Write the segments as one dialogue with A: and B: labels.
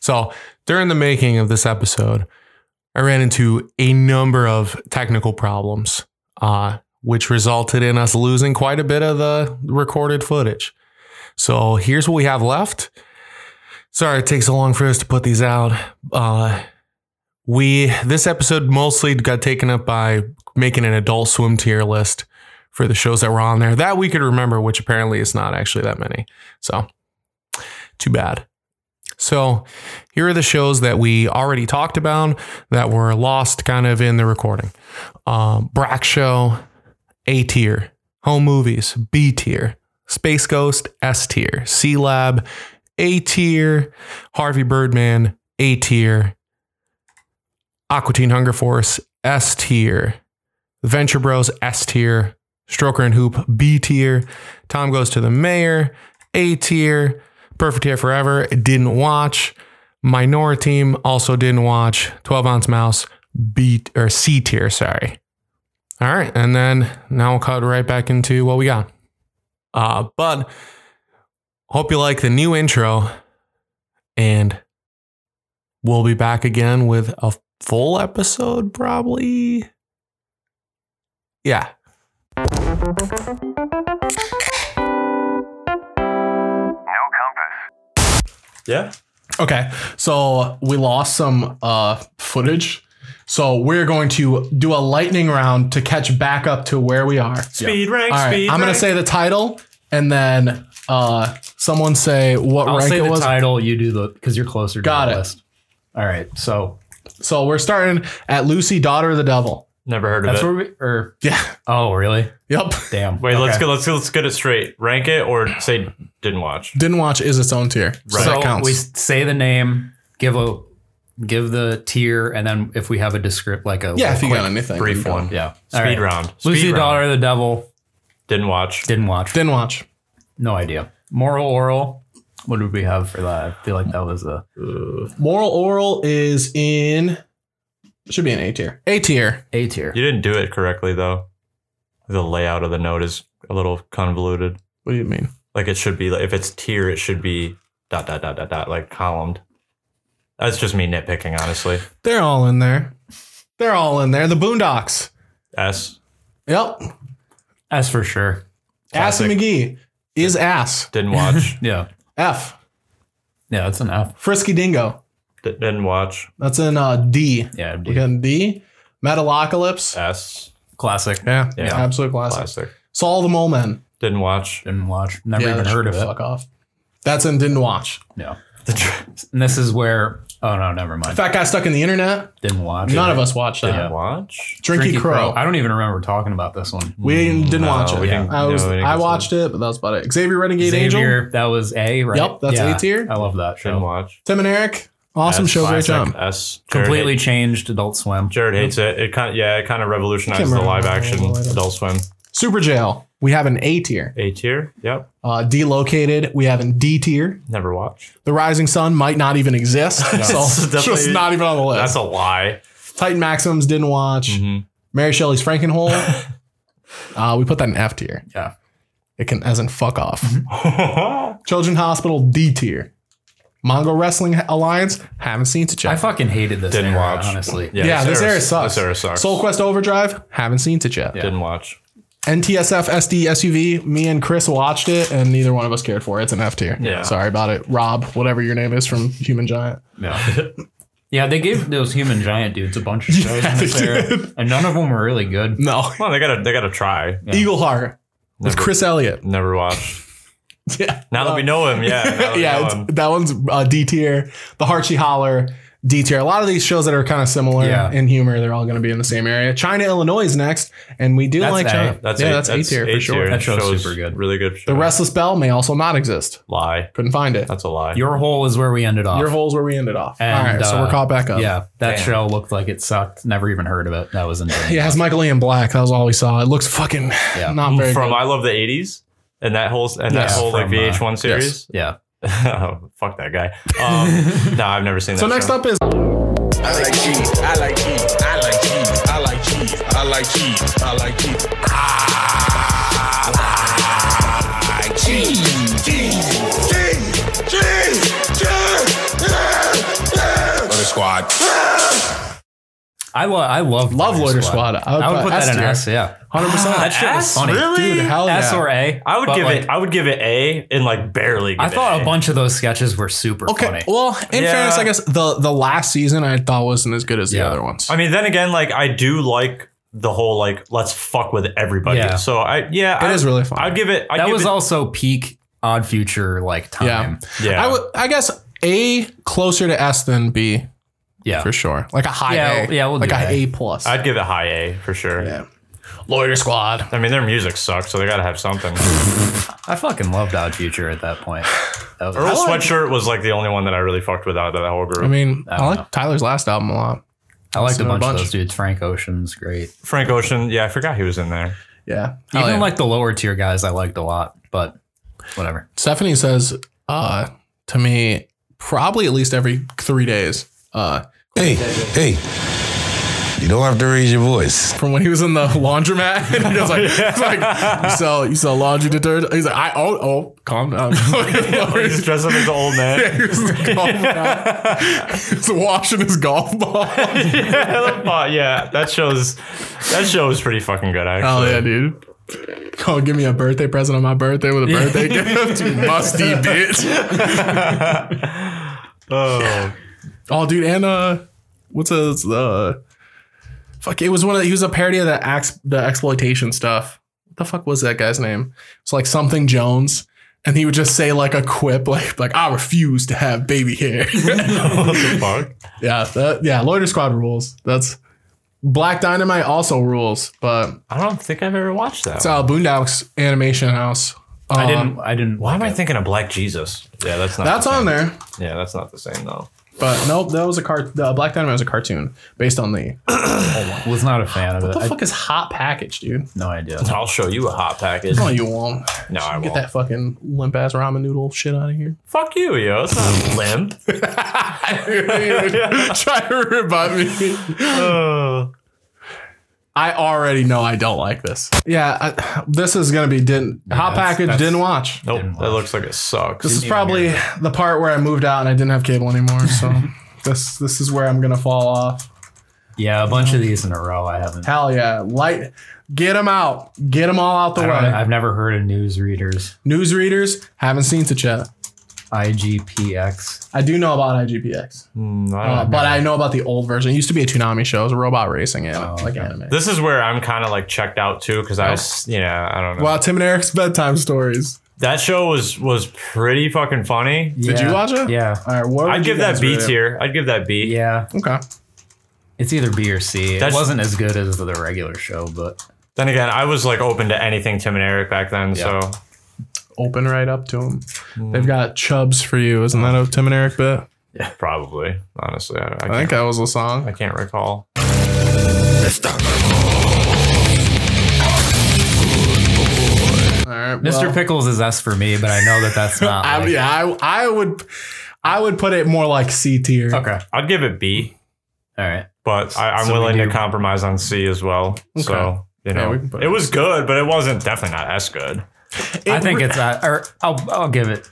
A: So during the making of this episode, I ran into a number of technical problems, uh, which resulted in us losing quite a bit of the recorded footage. So here's what we have left. Sorry it takes so long for us to put these out. Uh, we this episode mostly got taken up by making an adult swim tier list for the shows that were on there that we could remember, which apparently is not actually that many. So too bad. So here are the shows that we already talked about that were lost kind of in the recording. Um, Brack Show, A tier. Home Movies, B tier. Space Ghost, S tier. C Lab, A tier. Harvey Birdman, A tier. Aquatine Hunger Force, S tier. Venture Bros, S tier. Stroker and Hoop, B tier. Tom Goes to the Mayor, A tier. Perfect Hair Forever, didn't watch. Minority Team also didn't watch. 12 Ounce Mouse, B or C tier, sorry. All right, and then now we'll cut right back into what we got. Uh, but hope you like the new intro, and we'll be back again with a full episode, probably. Yeah.
B: Yeah.
A: Okay, so we lost some uh, footage. So we're going to do a lightning round to catch back up to where we are.
B: Speed rank.
A: All right,
B: speed
A: I'm gonna
B: rank.
A: say the title, and then uh, someone say what
C: I'll
A: rank
C: say
A: it
C: the
A: was.
C: title. You do the because you're closer. to
A: Got
C: the
A: it.
C: List. All right. So
A: So we're starting at Lucy, daughter of the devil.
B: Never heard of
C: that's
B: it.
C: where we. Or
A: Yeah.
C: oh, really?
A: Yep.
C: Damn.
B: Wait, let's
C: Okay.
B: go. Let's let's get it straight. Rank it or say didn't watch.
A: Didn't watch is its own tier. So
B: Right.
A: that
C: So
A: counts.
C: we say the name, give a give the tier, and then if we have a descript like a
A: yeah, if you
C: quick-
A: got anything.
B: Brief
A: we go.
B: one.
C: yeah
B: Speed
C: All right.
B: round. Speed
C: Lucy
B: round.
C: Daughter of the Devil
B: Didn't watch.
C: didn't watch.
A: Didn't watch.
C: No idea. Moral Oral. What did we have for that? I feel like that was a
A: Moral oral is in. Should be an A tier. A tier.
C: A tier.
B: You didn't do it correctly though. The layout of the note is a little convoluted.
A: What do you mean?
B: Like it should be. Like, if it's tier, it should be dot dot dot dot dot like columned. That's just me nitpicking, honestly.
A: They're all in there. They're all in there. The Boondocks.
B: S
A: Yep.
C: That's for sure.
A: Ass
B: Classic.
A: McGee is ass.
B: didn't watch.
C: Yeah.
A: F.
C: Yeah, that's an F.
A: Frisky Dingo.
B: D- didn't watch.
A: That's in uh, D.
C: Yeah,
A: We
C: dude.
A: got an D. Metalocalypse.
B: S
C: classic.
A: Yeah.
B: Yeah.
A: Absolute classic.
B: classic.
A: Saul the Mole Men.
B: Didn't watch.
C: Didn't watch. Never
A: that
C: even
A: should
C: heard of
A: go
C: it.
A: Fuck off. That's in didn't watch.
C: Yeah.
B: The tr-
C: And this is where. Oh no, never mind.
A: Fat guy stuck in the internet.
C: Didn't watch.
A: None of us watched that.
B: didn't watch.
A: Drinky, Crow.
C: I don't even remember talking about this one.
A: We didn't, didn't
B: No,
A: watch it.
B: we didn't-
A: I
B: no,
A: was
B: we didn't
A: I
B: get to
A: watched it, but that was about it. Xavier Renegade Angel.
C: Mm. Xavier, that was A, right?
A: Yep, that's A tier.
C: I love that
B: Didn't
C: show.
B: watch.
A: Tim and Eric. Awesome
B: S,
A: show. Great
B: classic.
A: job.
B: S Jared
C: Completely
B: hate-
C: changed Adult Swim.
B: Jared hates it. It kind of yeah, it kind of revolutionized
A: Can't
B: the
A: remember
B: live
A: the
B: action
A: name of it.
B: Adult Swim.
A: Super Jail. We have an A tier.
B: A tier. Yep.
A: Uh, Delocated. We have an D tier.
B: Never watched.
A: The Rising Sun might not even exist. so
B: It's
A: it's just
B: definitely-
A: not even on the
B: That's
A: list.
B: a lie.
A: Titan Maxims didn't watch.
C: Mm-hmm.
B: Mhm.
A: Mary Shelley's Frankenhole. uh, we put that in F tier.
C: Yeah.
A: It can as in fuck off.
B: Mm-hmm.
A: Children Hospital D tier. Mongo Wrestling Alliance. Haven't seen to
C: I
A: check.
C: fucking hated this.
B: Didn't
C: era,
B: watch.
C: honestly.
A: Yeah, this era sucks.
B: This era sucks.
A: Soul Quest Overdrive. Haven't seen to check.
B: Didn't watch.
A: NTSF SD SUV. Me and Chris watched it, and neither one of us cared for it. It's an F tier.
B: Yeah.
A: Sorry about it, Rob. Whatever your name is from Human Giant.
C: Yeah. yeah, they gave those human giant dudes a bunch of shows in this
A: they
C: era, and none of them were really good.
A: No.
B: Well, they gotta they gotta try.
A: Eagle Heart with
B: Never-
A: Chris Elliott.
B: Never watched.
C: Oh,
A: Yeah.
B: Now that we know him, yeah. now that we know
A: yeah, it's,
C: um,
B: him.
A: that one's uh, D tier. The Harchie Holler, D tier. A lot of these shows that are kind of similar
C: Yeah.
A: in humor, they're all going to be in the same area. China, Illinois is next, and we do
C: That's
A: like
C: A.
A: China.
B: That's
A: yeah,
B: a,
A: that's A tier for sure.
C: That show's
B: Show's
C: super good.
B: Really good. Show.
A: The Restless Bell may also not exist.
B: lie.
A: Couldn't find it.
B: That's a lie.
C: Your hole is where we ended off.
A: Your hole's where we ended off.
C: And,
A: all right, so we're
C: uh,
A: caught back up.
C: Yeah, that
B: Damn.
C: show looked like it sucked. Never even heard of it. That was insane.
A: Yeah, it has Michael Ian Black. That was all we saw. It looks fucking
C: Yeah.
A: not very
B: from
A: good.
B: I love the '80s and that whole and that
C: Yes,
B: whole like
C: from, uh,
B: VH1 series.
C: Yeah.
B: oh, fuck that guy. Um, no, I've never seen that.
A: So next
B: show.
A: up is
D: I like cheese. I like cheese. I like cheese. I like cheese. I like cheese. I like cheese. I like cheese. Cheese. Cheese. Cheese. Cheese.
C: I love I love
A: Love Loader Squad.
C: I would, put, that in
A: tier.
C: S. Yeah,
A: 100%.
C: that shit was
B: S?
C: funny.
B: Really?
A: Dude, hell yeah.
C: S or A.
B: I would
C: But,
B: give
C: like,
B: it. I would give it A and like barely. Give
C: I thought
B: it
C: a bunch of those sketches were super
A: Okay.
C: funny.
A: Well, in
B: Yeah.
A: fairness, I guess the the last season I thought wasn't as good as
C: Yeah.
A: the other ones.
B: I mean, then again, like I do like the whole like let's fuck with everybody.
C: Yeah.
B: So I yeah, I,
A: it is really fun.
B: I'd give it. I'd
C: that
B: give
C: was
B: it,
C: also peak Odd Future like time.
B: Yeah.
A: I would. I guess A closer to S than B
C: Yeah,
A: for sure. Like a high
C: Yeah,
A: A.
C: yeah, we'll
A: like
C: do
A: a
C: A.
A: A plus.
B: I'd give it high A for sure.
A: yeah. Loiter Squad.
B: I mean, their music sucks, so they gotta have something.
C: I fucking loved Odd Future at that point. That was-
B: Earl Sweatshirt was like the only one that I really fucked with out of that whole group.
A: I mean, I,
C: don't
A: like Tyler's last album a lot.
C: I liked a
A: Listen to a
C: bunch,
A: bunch.
C: of those dudes. Frank Ocean's great.
B: Frank Ocean, yeah, I forgot he was in there.
A: Yeah.
C: Even
A: Even like
C: like the lower tier guys, I liked a lot. But whatever.
A: Stephanie says uh, to me, probably at least every three days. Uh,
D: Hey, hey, you don't have to raise your voice.
A: from when he was in the laundromat, and he was like, he's like, "You sell, you sell laundry detergent." He's like, "I oh, oh, calm down."
B: He's dressed up as an old man.
A: He was calm down. He's washing his golf ball.
B: but yeah, that shows. That show was pretty fucking good,
A: Hell
B: actually.
A: yeah, dude. Oh, give me a birthday present on my birthday with a birthday gift. You musty bitch.
B: Oh,
A: Oh, dude, and uh what's his uh fuck it was one of the, he was a parody of the ex, the exploitation stuff. What the fuck was that guy's name? It's like something Jones. And he would just say like a quip, like like I refuse to have baby hair.
B: Oh. what the fuck?
A: yeah, that, yeah. Loiter Squad rules. That's Black Dynamite also rules, but
B: I don't think I've ever watched that.
A: it's uh, Boondocks Animation House.
C: I
A: Um,
C: didn't. I didn't.
B: Why am I thinking of Black Jesus? Yeah, that's not.
A: That's
B: the
A: on
B: same.
A: there.
B: Yeah, that's not the same though.
A: But nope, that was a cart. The Black Dynamite was a cartoon based on the. What
C: Was not a fan of it.
A: the
C: I
A: fuck is hot package, dude?
C: no idea.
B: I'll show you a hot package.
A: No, you won't.
B: No, I
A: Get
B: won't.
A: that fucking limp ass ramen noodle shit out of here.
B: Fuck you, yo. It's not Uh, limp.
A: Try to rebut me.
B: Uh,
A: I already know I don't like this. Yeah, I, this is gonna be didn't hot
C: that's-
A: package
C: that's-
A: didn't watch.
B: nope. That looks like it sucks.
A: This is probably the part where I moved out and I didn't have cable anymore. So this this is where I'm gonna fall off.
C: Yeah, a bunch of these in a row. I haven't.
A: Hell yeah, light. Get them out. Get them all out the
C: I
A: way.
C: don't, I've never heard of newsreaders.
A: Newsreaders haven't seen to chat.
C: IGPX.
A: I do know about IGPX.
B: Mm, I don't
A: Uh,
B: know.
A: but I know about the old version. It used to be a Toonami show. It was a robot racing anime, like anime.
B: This is where I'm kind of like checked out too because I, s- you know, I don't know.
A: Wow, Tim and Eric's bedtime stories.
B: that show was was pretty fucking funny.
A: Did you
C: Yeah.
A: watch it?
C: Yeah.
A: All right, what would
B: I'd
A: you
B: give that
A: guys
B: B
A: rate it?
B: tier. I'd give that B.
C: Yeah.
A: Okay.
C: It's either B or C.
B: That's-
C: it wasn't as good as the regular show, but
B: Then again, I was like open to anything Tim and Eric back then. So
A: Open right up to them. They've got Chubs for you. Isn't that a Tim and Eric bit?
B: probably, honestly, I, I,
A: I
B: can't,
A: think that was a
B: I
A: song.
B: can't recall.
A: All right,
C: Mr.
A: well,
C: Pickles is S for me, but I know that that's not.
A: I,
C: like-
A: yeah, I, I would, I would put it more like C tier.
C: Okay.
B: I'd give it B,
C: All right.
B: but I, I'm
C: So we
B: willing to
C: do-
B: compromise on C as well. So you know,
A: we can put
B: it
A: it-
B: was good, but it wasn't definitely not as good.
C: I think it's uh, or I'll I'll give it.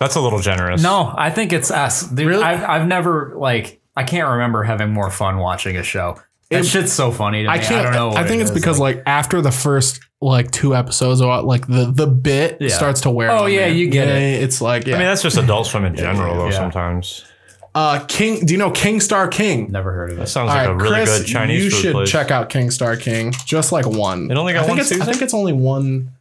B: That's a little generous.
C: No, I think it's S. Dude,
A: Really?
C: I've I've never like I can't remember having more fun watching a show. That
A: It-
C: shit's so funny. To
A: I
C: me.
A: can't.
C: I
A: I,
C: don't know. what
A: think
C: it
A: it's
C: is.
A: because like, after the first like two episodes, or like the the bit
C: Yeah.
A: starts to wear.
C: Oh,
A: on
C: yeah,
A: me.
C: you get it.
A: It's like yeah.
B: I mean that's just Adult Swim in general though.
C: Yeah.
B: Sometimes
A: Uh, King. Do you know King Star King?
C: never heard of
B: that
C: it.
B: sounds
A: All
B: like
A: right,
B: a really
A: Chris,
B: good Chinese
A: you
B: food
A: should
B: place.
A: check out King Star King. Just like one.
B: It only got
A: I think
B: one
A: it's, I
B: season?
A: think it's only one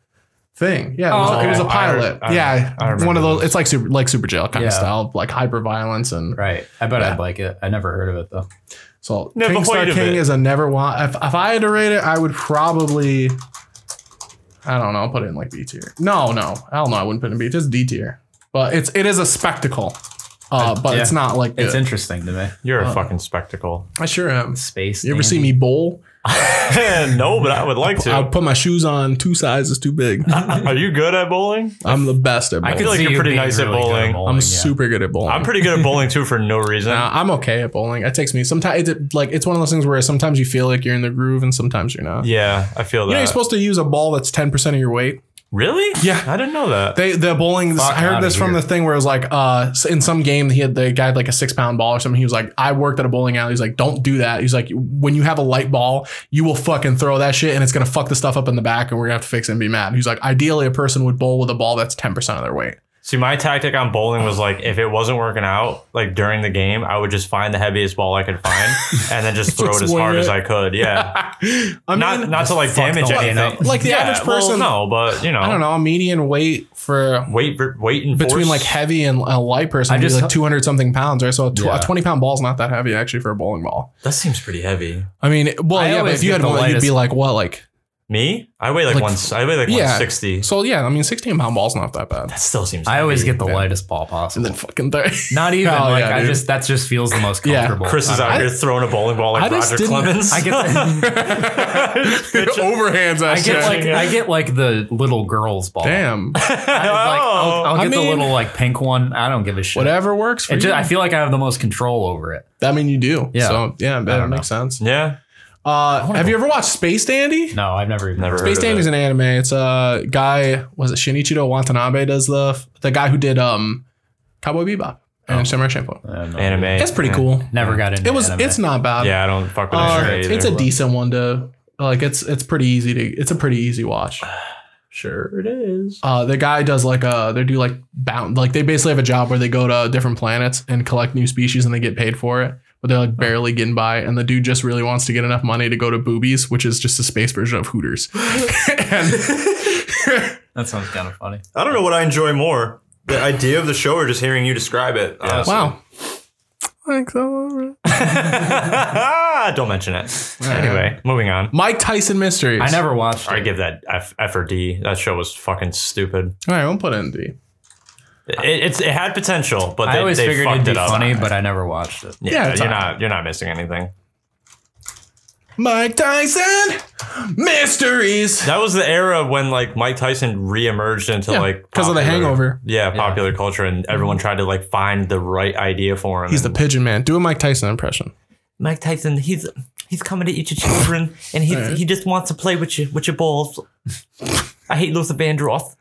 A: thing. Yeah, it
C: Oh,
A: was, it was a
B: okay. I re-
A: pilot.
B: I re-
A: yeah,
B: I remember
A: one of those.
B: those.
A: It's like super, like super jail kind
C: Yeah.
A: of style, like hyper violence and
C: Right. I bet
A: Yeah.
C: I'd like it. I never heard of it though.
A: so.
B: Never
A: King Star
B: heard of
A: King
B: it.
A: is a never want. If, if I had to rate it, I would probably. I don't know. I'll put it in like B tier. No, no, hell no. I wouldn't put it in B. Just D tier. But it's it is a spectacle. Uh, but
C: Yeah.
A: it's not like
C: It's
A: good.
C: interesting to me.
B: You're
A: uh,
B: a fucking spectacle.
A: I sure am.
C: Space.
A: You ever see me
C: dandy.
A: bowl?
B: no, but I would like
A: I
B: to.
A: would put my shoes on two sizes too big.
B: Are you good at bowling?
A: I'm the best at
C: I
A: bowling.
C: could
B: Uh, like
C: see
B: you're
C: you
B: pretty
C: being
B: nice at
C: really good
B: bowling. I'm
A: I'm
C: yeah.
A: super good at bowling.
B: I'm pretty good at bowling too for no reason.
A: Nah, I'm okay at bowling. It takes me sometimes. It, like it's one of those things where sometimes you feel like you're in the groove and sometimes you're not.
B: Yeah, I feel that.
A: You know, you're supposed to use a ball that's 10 percent of your weight.
B: Really?
A: Yeah.
B: I didn't know that.
A: They the bowling.
C: Fuck
A: I heard
C: outta
A: this from
C: here.
A: the thing where it was like, uh, in some game he had the guy had like a six pound ball or something. He was like, I worked at a bowling alley. He's like, don't do that. He's like, when you have a light ball, you will fucking throw that shit and it's gonna fuck the stuff up in the back and we're gonna have to fix it and be mad. He's like, ideally a person would bowl with a ball that's ten percent of their weight.
B: See, my tactic on bowling was like if it wasn't working out, like during the game, I would just find the heaviest ball I could find and then just throw
A: Just
B: it as hard
A: wing
B: as
A: it.
B: I could. Yeah.
A: I
B: not not to like
C: fuck
B: damage
C: the
B: anything.
C: lineup.
A: Like, the average person-
B: well, no, but you know,
A: I don't know median weight for
B: Weight, ver- weight, and
A: between
B: force?
A: like heavy and a light person
C: I
A: would be
C: just-
A: like two hundred something pounds, right? So a, tw-
C: Yeah.
A: a twenty pound ball is not that heavy actually for a bowling ball.
B: that seems pretty heavy.
A: I mean, well,
C: I
A: yeah, but
C: always
A: if you
C: get
A: had
C: the
A: one, you'd be
C: lightest-
A: like what, like
B: Me, I weigh like,
A: Like,
B: one. I weigh like
A: yeah.
B: one sixty.
A: so yeah. I mean, sixteen pound ball's not that bad.
B: That still seems.
C: I always
B: heavy.
C: get the lightest ball possible.
A: And then fucking thirty.
C: Not even
A: Oh,
C: like
A: yeah,
C: I
A: dude.
C: just that just feels the most
A: Yeah.
C: comfortable.
B: Chris is out
A: I-
B: here throwing a bowling ball like
A: I just
B: Roger
A: didn't-
B: Clemens.
C: I get
B: the,
A: overhands that
C: I get like I get like the little girls ball.
A: damn
C: I, like, I'll, I'll
A: I
C: get the
A: mean-
C: little like pink one. I don't give a shit.
A: whatever works for
C: It
A: you.
C: just, I feel like I have the man control over it.
A: I mean, you do.
C: Yeah.
A: So yeah, that
C: don't
A: makes sense.
B: yeah,
A: Uh, have you ever watched Space Dandy?
C: No, I've never even
B: never.
A: Space
B: heard
A: Dandy's
B: of
A: an anime. It's a guy. Was it Shinichiro Watanabe? Does the the guy who did um, Cowboy Bebop
C: Oh.
A: and Samurai Champloo?
C: I don't know.
B: it. anime.
A: It's pretty cool.
C: Never got into
A: It was.
C: anime.
A: It's not bad.
B: Yeah, I don't fuck with
A: Uh,
B: that shit either.
A: it's a decent one to like. It's it's pretty easy to. It's a pretty easy watch.
B: Sure, it is.
A: Uh, the guy does like uh they do like bound like they basically have a job where they go to different planets and collect new species and they get paid for it, but they're like barely getting by. And the dude just really wants to get enough money to go to Boobies, which is just a space version of Hooters. and
C: that sounds kind of funny.
B: I don't know what I enjoy more: the idea of the show or just hearing you describe it. honestly.
A: wow, like so.
B: don't mention it. Anyway, moving on.
A: Mike Tyson Mysteries.
C: I never watched.
B: I
C: It.
B: give that F, F or D. That show was fucking stupid.
A: All right, we'll put it in D.
B: It, it's it had potential, but they,
C: I always
B: they
C: figured
B: fucked
C: it'd be
B: it up.
C: funny, but I never watched it.
B: Yeah,
A: Yeah, it's
B: you're
A: all
B: not you're not missing anything.
A: Mike Tyson Mysteries.
B: That was the era when like Mike Tyson reemerged into
A: Yeah,
B: like
A: 'cause of The
B: popular-
A: Hangover.
B: Yeah, popular culture, and everyone tried to like find the right idea for him.
A: He's the
B: And
A: pigeon man. Do a Mike Tyson impression.
B: Mike Tyson. He's he's coming to eat your children, and he he just wants to play with you with your balls. I hate Luther Vandross.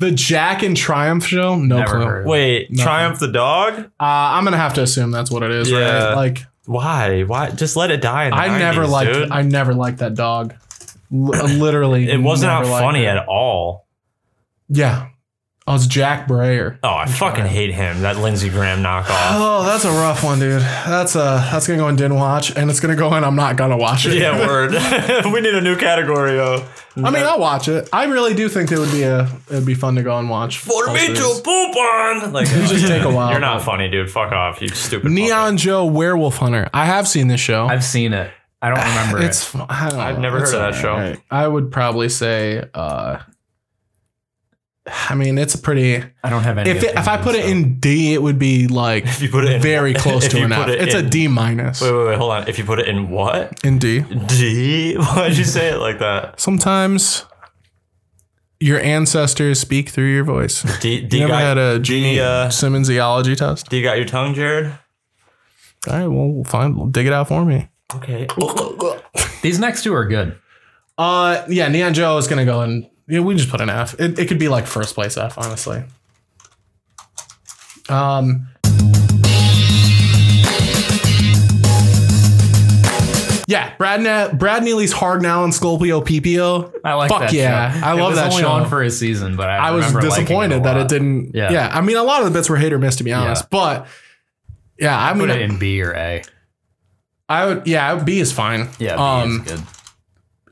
A: The Jack and Triumph show. No
C: Never
A: clue.
C: heard. of it.
B: Wait, Triumph the dog?
A: Uh, I'm gonna have to assume that's what it is,
B: Yeah.
A: right? Like.
B: Why? Why? Just let it die. In the
A: I
B: 90s,
A: never liked.
B: dude.
A: I never liked that dog. L- uh, literally,
B: It was not
A: never liked
B: funny
A: it.
B: at all.
A: Yeah, oh, it's Jack Brayer.
B: Oh, I fucking hate him. That Lindsey Graham knockoff.
A: Oh, that's a rough one, dude. That's uh that's gonna go in didn't watch, and it's gonna go in I'm not gonna watch it.
B: yeah, word. we need a new category. Oh,
A: I mean, I'll watch it. I really do think it would be a it'd be fun to go and watch.
B: for me to poop on. Like,
A: It'd just take a while.
B: You're not funny, dude. Fuck off, you stupid.
A: Neon Joe Werewolf Hunter. I have seen this show.
C: I've seen it. I don't remember
A: Ah, it's
C: it.
A: fu- I don't
B: I've
A: know.
B: never
A: It's
B: heard of that
A: all
B: show.
A: I would probably say. uh I mean, it's a pretty.
C: I don't have any.
A: If it, if I
C: opinions,
A: put it
C: so.
A: in D, it would be like
B: If you put it in
A: very
B: what-
A: close
B: if
A: to
B: you
A: an
B: put
A: F.
B: it
A: It's a
B: in-
A: D minus.
B: Wait, wait, wait. Hold on. If you put it in what?
A: In D.
B: D? Why'd you say it like that?
A: Sometimes your ancestors speak through your voice.
B: D. D
A: You never
B: got,
A: had a Gene
B: D, uh,
A: Simmonsology test?
B: D got your tongue, Jared.
A: All right, well, we'll find, we'll dig it out for me.
B: Okay.
C: These next two are good.
A: Uh, yeah, Neon Joe is gonna go and yeah, we just put an F. It, it could be like first place F, honestly. Um. Yeah, Brad ne- Brad Neely's Hard Now and Sculpio PPO.
C: I like
A: Fuck
C: that.
A: yeah,
C: show.
A: I
C: It
A: love
C: was
A: that
C: only
A: show.
C: on for a season, but I,
A: I was
C: remember liking
A: disappointed
C: a
A: that
C: lot.
A: it didn't. Yeah.
C: Yeah.
A: I mean, a lot of the bits were hit or miss, to be honest.
C: Yeah.
A: But yeah, I
C: Put it
A: mean,
C: in B or A.
A: I would. Yeah, I would- B is fine.
C: Yeah, B
A: um,
C: is good.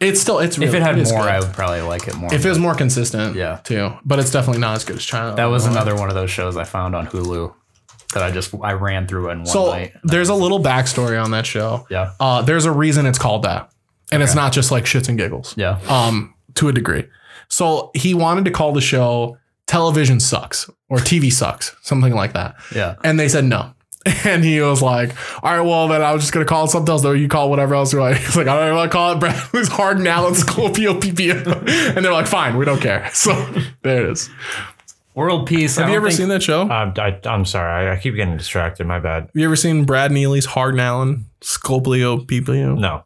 A: it's still it's really,
C: If it had
A: is
C: more,
A: good.
C: I would probably like it more.
A: if it was more consistent.
C: Yeah.
A: too. But it's definitely not as good as China.
C: that was another one of those shows I found on Hulu that I just I ran through in one
A: So
C: night.
A: there's a little backstory on that show.
C: Yeah,
A: Uh, there's a reason it's called that, and it's not just like shits and giggles.
C: yeah.
A: um, to a degree. So he wanted to call the show "Television Sucks" or "TV Sucks," something like that.
C: Yeah.
A: And they said no. And he was like, "All right, well then I was just gonna call it something else. Though you call it whatever else you like." He's like, "I don't even want to call it Bradley's Hard Now and Scorpio PPO." And they're like, "Fine, we don't care." So there it is.
C: World Peace.
A: Have you ever seen that show?
B: Um, I, I'm sorry. I, I keep getting distracted. My bad.
A: Have you ever seen Brad Neely's Hard Now and Scorpio PPO?
B: No.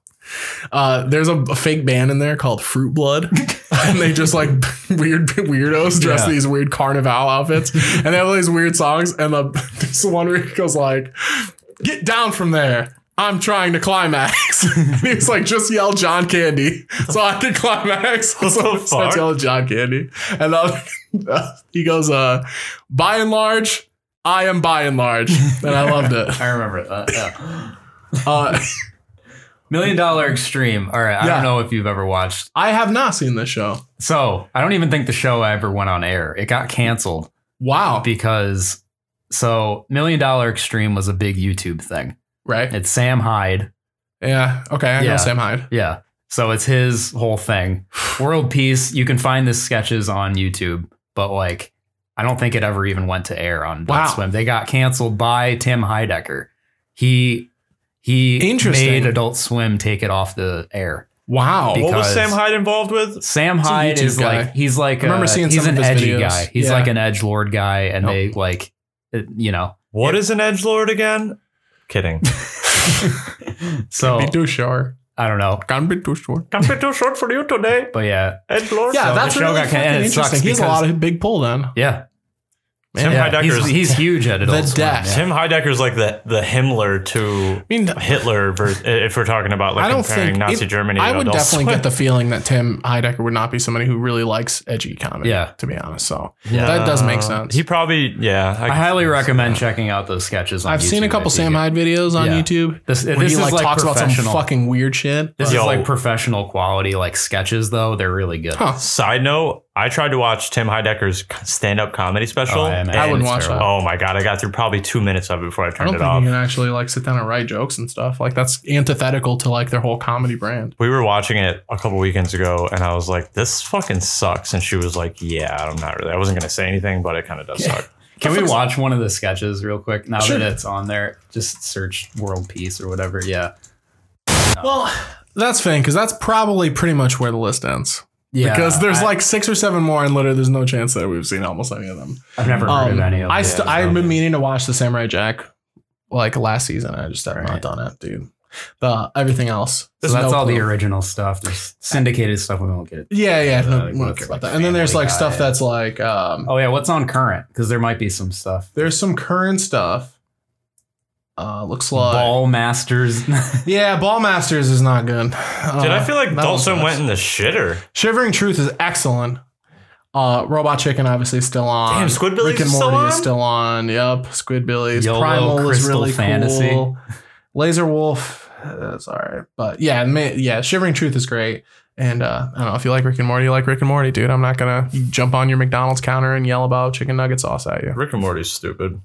A: Uh, there's a, a fake band in there called Fruit Blood, and they just like weird weirdos dress
C: Yeah.
A: these weird carnival outfits, and they have all these weird songs. And the this one where he goes like, "Get down from there." I'm trying to climax. and he was like, just yell John Candy so I can climax. so he starts
B: fuck?
A: yelling John Candy. And uh, he goes, uh, by and large, I am by and large. And I loved it.
C: I remember that. yeah.
A: Uh,
C: Million Dollar Extreme. All right. I
A: Yeah.
C: don't know if you've ever watched.
A: I have not seen this show.
C: So I don't even think the show ever went on air. It got canceled
A: Wow.
C: because so Million Dollar Extreme was a big YouTube thing.
A: Right?
C: It's Sam Hyde.
A: Yeah. Okay. I know
C: Yeah.
A: Sam Hyde.
C: Yeah. So it's his whole thing. World Peace. You can find the sketches on YouTube, but like, I don't think it ever even went to air on
A: Wow.
C: Butt Swim. They got canceled by Tim Heidecker. He he
A: Interesting.
C: made Adult Swim take it off the air.
A: Wow.
C: Because-
B: What was Sam Hyde involved with?
C: Sam
A: a
C: Hyde
A: YouTube
C: is
A: guy.
C: like he's like
A: I remember
C: a-
A: seeing
C: he's
A: some
C: an
A: of his
C: edgy
A: videos.
C: guy. He's
A: Yeah.
C: like an edge lord guy, and
A: Nope.
C: they like it- you know.
B: What is an edge lord again? Kidding.
C: So
A: Be too sure.
C: I don't know,
A: Can't be too sure.
B: Can't be too short for you today,
C: but yeah,
B: edge lord.
A: Yeah,
C: the
A: that's
C: show
A: really
C: got
A: fucking
C: canned. It sucks
A: interesting. He has a
C: because-
A: lot of big pull then.
C: yeah,
B: Tim
C: yeah.
B: Heidecker's
C: He's, he's huge at Adult
A: The
C: Swim.
A: death.
C: yeah.
B: Tim Heidecker's like the the Himmler to
A: I mean,
B: Hitler. Vers- if we're talking about like
A: I don't
B: comparing
A: think
B: Nazi
A: it-
B: Germany,
A: I
B: to
A: would
B: Adult
A: definitely
B: Swim.
A: get the feeling that Tim Heidecker would not be somebody who really likes edgy comedy.
C: Yeah.
A: To be honest, so
C: Yeah.
A: that does make
B: Uh,
A: sense.
B: He probably yeah.
C: I highly recommend checking out those sketches. on
A: I've seen a
C: YouTube
A: couple
C: if you
A: Sam
C: get-
A: Hyde videos on
C: Yeah.
A: YouTube.
C: This,
A: where
C: this
A: he
C: is
A: like,
C: like
A: talks about some
C: professional.
A: fucking weird shit.
C: This
B: Yo.
C: is like professional quality, like sketches though. They're really good.
A: Huh.
B: Side note: I tried to watch Tim Heidecker's stand-up comedy special.
C: Oh, I
B: and-
C: imagine
A: I wouldn't
C: it's
A: watch
C: terrible.
B: oh my god, I got through probably two minutes of it before I
A: I
B: turned
A: don't
B: it
A: think
B: off.
A: you can actually like sit down and write jokes and stuff. Like that's antithetical to like their whole comedy brand.
B: We were watching it a couple weekends ago, and I was like, "This fucking sucks." And she was like, "Yeah, I'm not really. I wasn't gonna say anything, but it kind of does suck."
C: Can we watch one of the sketches real quick now
A: Sure.
C: that it's on there? Just search World Peace or whatever. Yeah.
A: Well, that's fine because that's probably pretty much where the list ends.
C: Yeah.
A: because there's
C: I-
A: like six or seven more, and literally there's no chance that we've seen almost any of them.
C: I've never heard
A: Um,
C: of any of
A: I
C: those,
A: st-
C: so-
A: I've been meaning to watch the Samurai Jack like last season. and I just have not
C: Right.
A: done it, dude. The everything else.
C: So
A: There's
C: that's
A: no
C: all the
A: clue.
C: original stuff. There's syndicated stuff we won't get.
A: Yeah, yeah.
C: Uh,
A: no,
C: like,
A: we don't
C: like,
A: care about
C: like
A: that. And then there's
C: Family
A: like stuff
C: Guy.
A: that's like um,
C: Oh yeah, what's on current? Because there might be some stuff.
A: there's some current stuff. Uh, looks like
C: Ball Masters.
A: yeah, Ball Masters is not good. Uh, Did
B: Did I feel like Dalton went in the shitter?
A: Shivering Truth is excellent. Uh, Robot Chicken obviously is still on.
B: Damn, Squidbillies
A: Rick and
B: is
A: Morty
B: still
A: is
B: on?
A: still on. Yep, Squidbillies.
C: YOLO
A: Primal is
C: Crystal
A: really
C: Fantasy.
A: cool. Laser Wolf, uh, sorry, but yeah, ma- yeah, Shivering Truth is great. And uh, I don't know if you like Rick and Morty, you like Rick and Morty, dude. I'm not gonna jump on your McDonald's counter and yell about chicken nugget sauce at you.
B: Rick and Morty's stupid.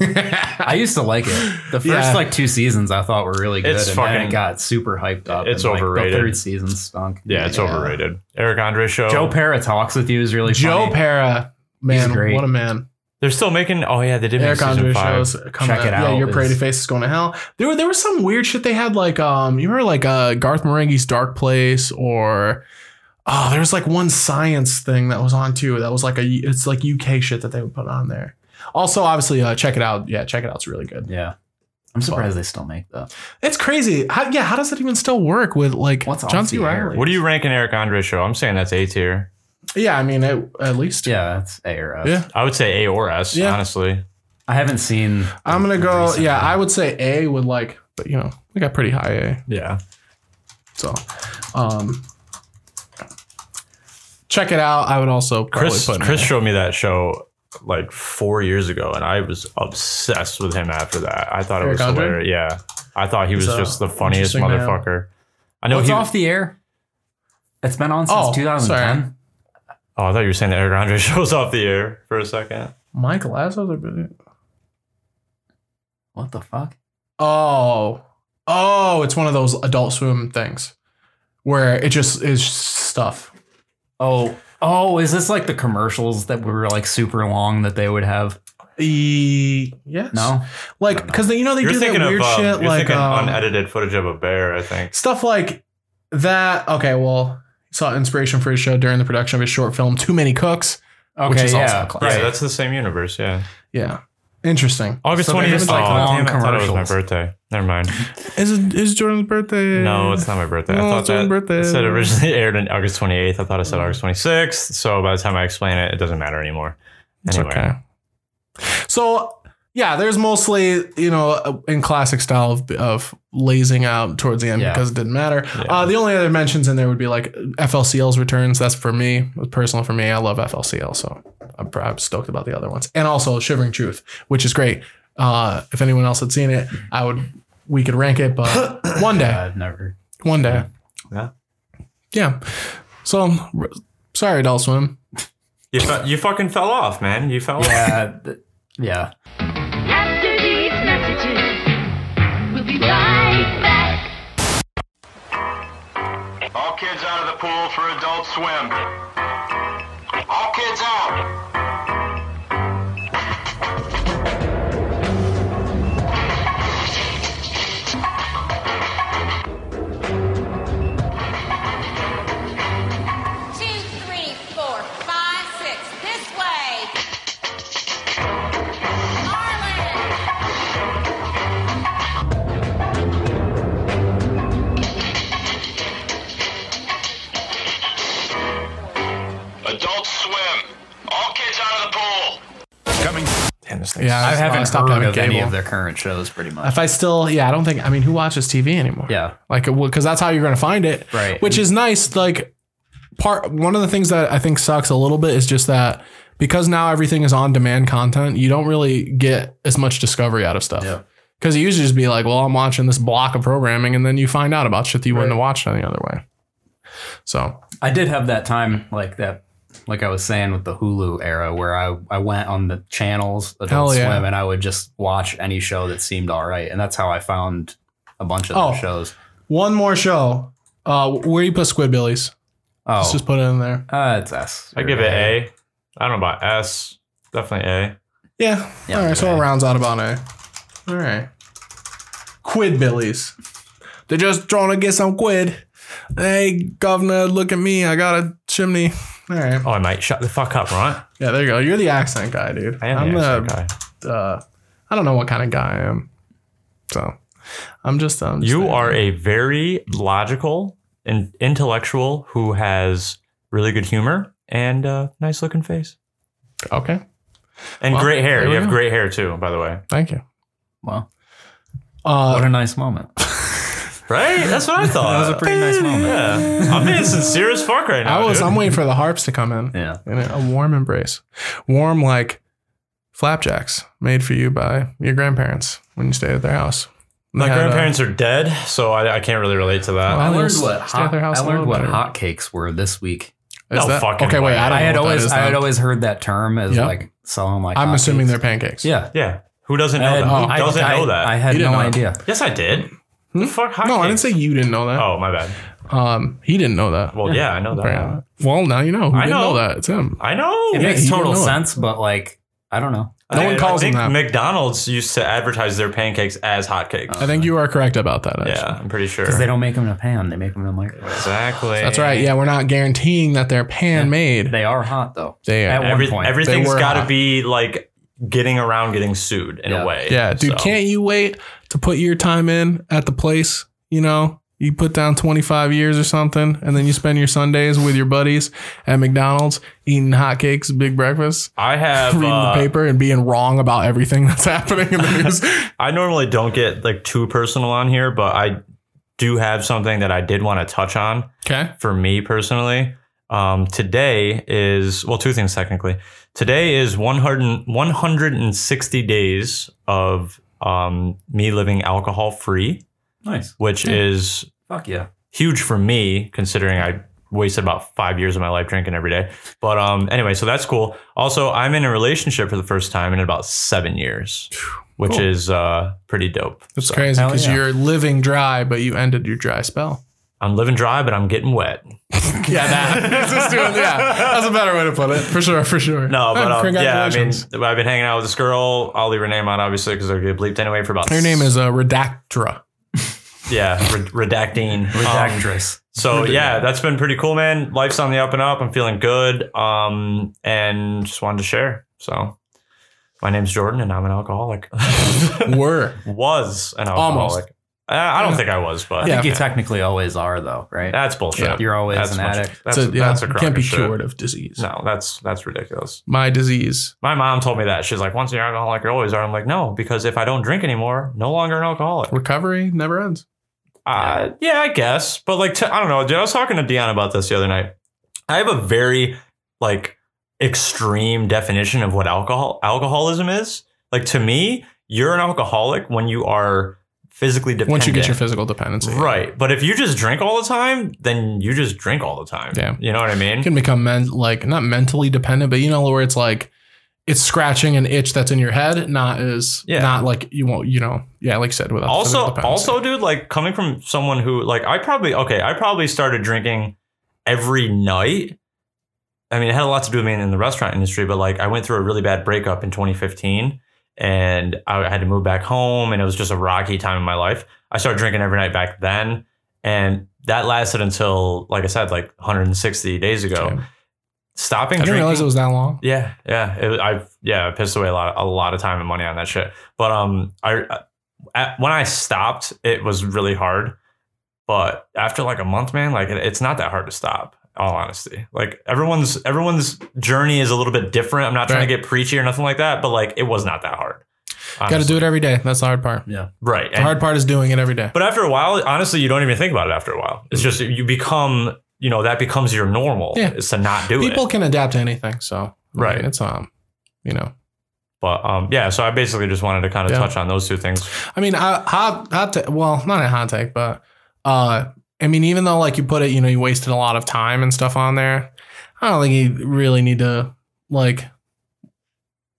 C: I used to like it. The first
A: Yeah.
C: like two seasons I thought were really good,
B: It's
C: and then
B: fucking-
C: it got super hyped up.
B: It's
C: and, like,
B: overrated.
C: the third season stunk.
B: Yeah, it's
A: Yeah.
B: overrated. Eric Andre show.
C: Joe Para talks with you is really
A: Joe
C: funny.
A: Para, man,
C: great.
A: what a man.
B: They're still making. Oh yeah, they did make
A: Eric
B: season
A: Andre
B: five.
A: shows coming
C: Check it
A: out. Yeah,
C: out.
A: your pretty
C: It's-
A: face is going to hell. There were there was some weird shit they had like um you remember like uh Garth Marenghi's Dark Place or oh there was like one science thing that was on too that was like a it's like UK shit that they would put on there. Also, obviously, uh, check it out. Yeah, check it out. It's really good.
C: yeah, I'm surprised they still make that.
A: It's crazy. How, yeah, how does it even still work with like
C: What's
A: John
C: on
A: C.
C: the air?
A: Riley?
B: What do you rank an Eric Andre show? I'm saying that's A tier.
A: Yeah, I mean, it, at least.
C: Yeah, it's A or S.
A: Yeah.
B: I would say A or S,
A: Yeah.
B: honestly.
C: I haven't seen.
A: I'm gonna go.
C: recently.
A: Yeah, I would say A would like, but you know, we got pretty high A.
B: Yeah.
A: So, um, check it out. I would also probably
B: Chris
A: put
B: Chris showed me that show like four years ago, and I was obsessed with him after that. I thought it
A: Eric
B: was
A: Andre?
B: hilarious. Yeah, I thought he was
A: He's a
B: just the funniest
A: interesting man.
B: motherfucker. I know
C: What's
B: he.
C: off the air? It's been on since
A: Oh,
C: 2010.
A: sorry.
B: oh, I thought you were saying that Eric Andre shows off the air for a second.
A: Michael Lazzo's a bit.
C: What the fuck?
A: Oh, oh, it's one of those Adult Swim things where it just is stuff.
C: Oh, oh, is this like the commercials that were like super long that they would have?
A: E- yes.
C: No,
A: Like, because you know they
B: You're
A: do that
B: thinking of
A: weird
B: um,
A: shit,
B: you're
A: like
B: thinking
A: um,
B: unedited footage of a bear. I think.
A: stuff like that. Okay, well, he saw inspiration for his show during the production of his short film "Too Many Cooks."
C: okay,
A: Which is also
C: yeah,
A: a classic.
B: Right,
C: right.
B: that's the same universe. Yeah.
A: Yeah. Interesting.
E: August
C: So they
E: twentieth.
C: just,
B: Oh,
C: like, long
B: I thought it was my
C: commercials.
B: birthday. Never mind.
A: Is it is Jordan's birthday?
B: No, it's not my birthday.
A: Mm. No,
B: I thought
A: it's your
B: that
A: birthday.
B: it said originally aired on August 28th. I thought it said August 26th. So by the time I explain it, it doesn't matter anymore.
A: It's
B: Anyway,
A: okay. So yeah, there's mostly you know uh, in classic style of, of lazing out towards the end
C: Yeah.
A: because it didn't matter. Uh, the only other mentions in there would be like FLCL's returns. That's for me, it's personal for me. I love FLCL, so I'm, I'm stoked about the other ones, and also Shivering Truth, which is great. Uh, if anyone else had seen it, I would we could rank it, but one day.
C: I've Uh, never.
A: One day.
B: Yeah.
A: Yeah. So r- sorry, Adult Swim.
B: you, fe- you fucking fell off, man. You fell off.
C: Yeah, Uh, th- yeah.
F: After these messages, we'll be right back.
G: All kids out of the pool for adult swim. All kids out.
H: two, three, four, five, six. This way. Marlin.
G: Adult swim. All kids out of the pool.
B: Damn, this thing.
A: Yeah,
C: I
A: just-
C: haven't
A: stopped
C: heard
A: having
C: of any
A: cable.
C: of their current shows, pretty much.
A: If I still, yeah, I don't think. I mean, who watches TV anymore?
C: Yeah.
A: like because that's how you're going to find it,
C: Right.
A: Which is nice. Like part one of the things that I think sucks a little bit is just that because now everything is on demand content, you don't really get as much discovery out of stuff.
C: Yeah.
A: Because it used to just be like, well, I'm watching this block of programming, and then you find out about shit that you wouldn't have watched any other way. So
C: I did have that time, like that, like I was saying with the Hulu era, where I, I went on the channels, Adult
A: Hell yeah.
C: Swim, and I would just watch any show that seemed all right, and that's how I found a bunch of
A: Oh.
C: those shows.
A: one more show. Uh, where you put Squidbillies?
C: Oh,
A: Let's just put it in there.
C: uh, it's S.
B: I give it A. I don't know about S. Definitely A.
A: Yeah.
C: Yeah,
A: All right. So
C: okay.
A: it rounds out about A. All right. Quid billies. They're just trying to get some quid. Hey, governor, look at me. I got a chimney. All right.
B: Oh, mate, shut the fuck up, right?
A: Yeah, there you go. You're the accent guy, dude.
B: I am the accent guy.
A: guy. Uh, I don't know what kind of guy I am. So I'm just. I'm just
B: You
A: there.
B: are a very logical and intellectual who has really good humor and uh, nice looking face
A: Okay.
B: and
A: Well,
B: great hair.
A: there
B: You
A: we
B: have
A: go.
B: great hair too, by the way.
A: Thank you.
C: Well,
A: Uh,
C: what a nice moment.
B: Right? That's what I thought.
C: That was a pretty nice moment.
B: Yeah. I'm being sincere as fuck right now.
A: I was.
B: dude.
A: I'm waiting for the harps to come in.
C: Yeah.
A: in a warm embrace, warm like flapjacks made for you by your grandparents when you stayed at their house.
B: My
A: They had, uh,
B: grandparents are dead, so I, I can't really relate to that.
A: Well,
C: I learned
A: just
C: what
A: stay at
C: hot,
A: their house
C: I
A: a little
C: learned what
A: better.
C: hotcakes were this week.
A: Is
B: No
A: that-
B: fucking
A: okay, wait.
B: way.
A: I, don't
C: I
A: know
C: had
A: what that
C: always
A: is
C: I had
A: then.
C: always heard that term as
A: Yeah.
C: like selling like.
A: I'm
C: hotcakes.
A: assuming they're pancakes.
C: yeah.
B: yeah. Who doesn't know
C: I had-
A: oh,
B: that? Who
C: I-
B: doesn't
C: I-
B: know that?
C: I had
A: You
C: no
A: didn't know.
C: idea.
B: yes, I did. The fuck?
A: Hmm? No, I didn't
B: hotcakes?
A: say you didn't know that.
B: Oh, my bad.
A: Um, he didn't know that.
B: Well, yeah, I know that.
A: Apparently. Well, now you know. Who
B: I
A: didn't know.
B: know.
A: that? It's him.
B: I know.
C: It
A: Yeah,
C: makes
A: you
C: total
A: don't know it.
C: sense, but like I don't know.
A: No one calls
B: I
A: them
B: think
A: that.
B: McDonald's used to advertise their pancakes as hotcakes.
A: I think you are correct about that. Actually.
B: yeah, I'm pretty sure.
C: Because they don't make them in a pan; they make them in a microwave.
B: Exactly.
A: That's right. Yeah, we're not guaranteeing that they're pan made.
C: They are hot though.
A: They are.
C: At one
B: Every,
C: point.
B: everything's
A: They were
B: got to
A: hot.
B: be like getting around getting sued in
C: Yeah.
B: a way.
A: Yeah, dude,
B: So,
A: can't you wait to put your time in at the place? You know, you put down 25 years or something, and then you spend your Sundays with your buddies at McDonald's eating hotcakes, big breakfast,
B: I have.
A: reading
B: uh,
A: the paper, and being wrong about everything that's happening in the news.
B: I normally don't get like too personal on here, but I do have something that I did want to touch on.
A: okay.
B: for me personally. Um, today is, well, two things technically. Today is 100, 160 days of um, me living alcohol free,
C: nice.
B: which is
C: Fuck yeah.
B: huge for me considering I wasted about five years of my life drinking every day. But um, anyway, so that's cool. Also, I'm in a relationship for the first time in about seven years, which is uh, pretty dope.
A: That's crazy
C: hell
A: because
C: yeah.
A: you're living dry, but you ended your dry spell.
B: I'm living dry, but I'm getting wet.
A: Yeah, that, that's just doing- yeah, that's a better way to put it. For sure, for sure.
B: No, but um, yeah,
A: Oh,
B: I mean,
A: Congratulations.
B: I've been hanging out with this girl. I'll leave her name out, obviously, because I'll get bleeped anyway for about.
A: Her name is uh, Redactra.
B: yeah, re- redacting. Um,
C: Redactress.
B: so yeah, that's been pretty cool, man. Life's on the up and up. I'm feeling good, um, and just wanted to share. So My name's Jordan, and I'm an alcoholic.
A: Were.
B: was an alcoholic.
A: Almost.
B: Uh, I don't think I was,
C: I
B: but
C: think you
B: okay.
C: technically always are, though, right?
B: that's bullshit.
A: Yeah.
C: You're always
B: That's
C: an
B: much-
C: addict.
B: That's,
A: So, yeah,
B: that's a
A: it
B: crock
A: can't
B: of
A: be
B: shit.
A: cured of disease.
B: No, that's that's ridiculous.
A: My disease.
B: My mom told me that. She's like, once you're an alcoholic, you always are. I'm like, no, because if I don't drink anymore, no longer an alcoholic.
A: Recovery never ends.
B: Uh, yeah, I guess. But like, t- I don't know. Dude, I was talking to Deanna about this the other night. I have a very like extreme definition of what alcohol alcoholism is. Like to me, you're an alcoholic when you are physically dependent.
A: Once you get your physical dependency.
B: Right, but if you just drink all the time, then you just drink all the time.
A: Yeah.
B: you know what I mean.
A: You can become men- like not mentally dependent, but you know where it's like it's scratching an itch that's in your head, not as
B: Yeah.
A: not like you won't, you know, yeah, like you said, without
B: also
A: physical dependency.
B: also dude like coming from someone who like i probably okay i probably started drinking every night i mean it had a lot to do with me in the restaurant industry but like i went through a really bad breakup in 2015 and i had to move back home and it was just a rocky time in my life i started drinking every night back then and that lasted until like i said like 160 days ago
A: Damn.
B: stopping
A: I didn't
B: drinking
A: realize it was that long.
B: yeah, yeah. It, was- I yeah, I pissed away a lot, a lot of time and money on that shit. But um, I at, when I stopped, it was really hard. But after like a month, man, like it, it's not that hard to stop. in All honesty, like everyone's everyone's journey is a little bit different. I'm not trying to get preachy or nothing like that, but like it was not that hard.
A: Got to do it every day. That's the hard part.
B: right.
A: The hard part is doing it every day.
B: But after a while, honestly, you don't even think about it. After a while, it's just you become you know that becomes your normal
A: Mm-hmm. Yeah.
B: is to not do it.
A: People can adapt to anything, so I mean,
B: Right.
A: It's um, you know,
B: But um, yeah. So I basically just wanted to kind of
A: Yeah.
B: touch on those two things.
A: I mean, I, hot, hot. ta- well, not a hot take, but uh, I mean, even though like you put it, you know, you wasted a lot of time and stuff on there. I don't think you really need to like.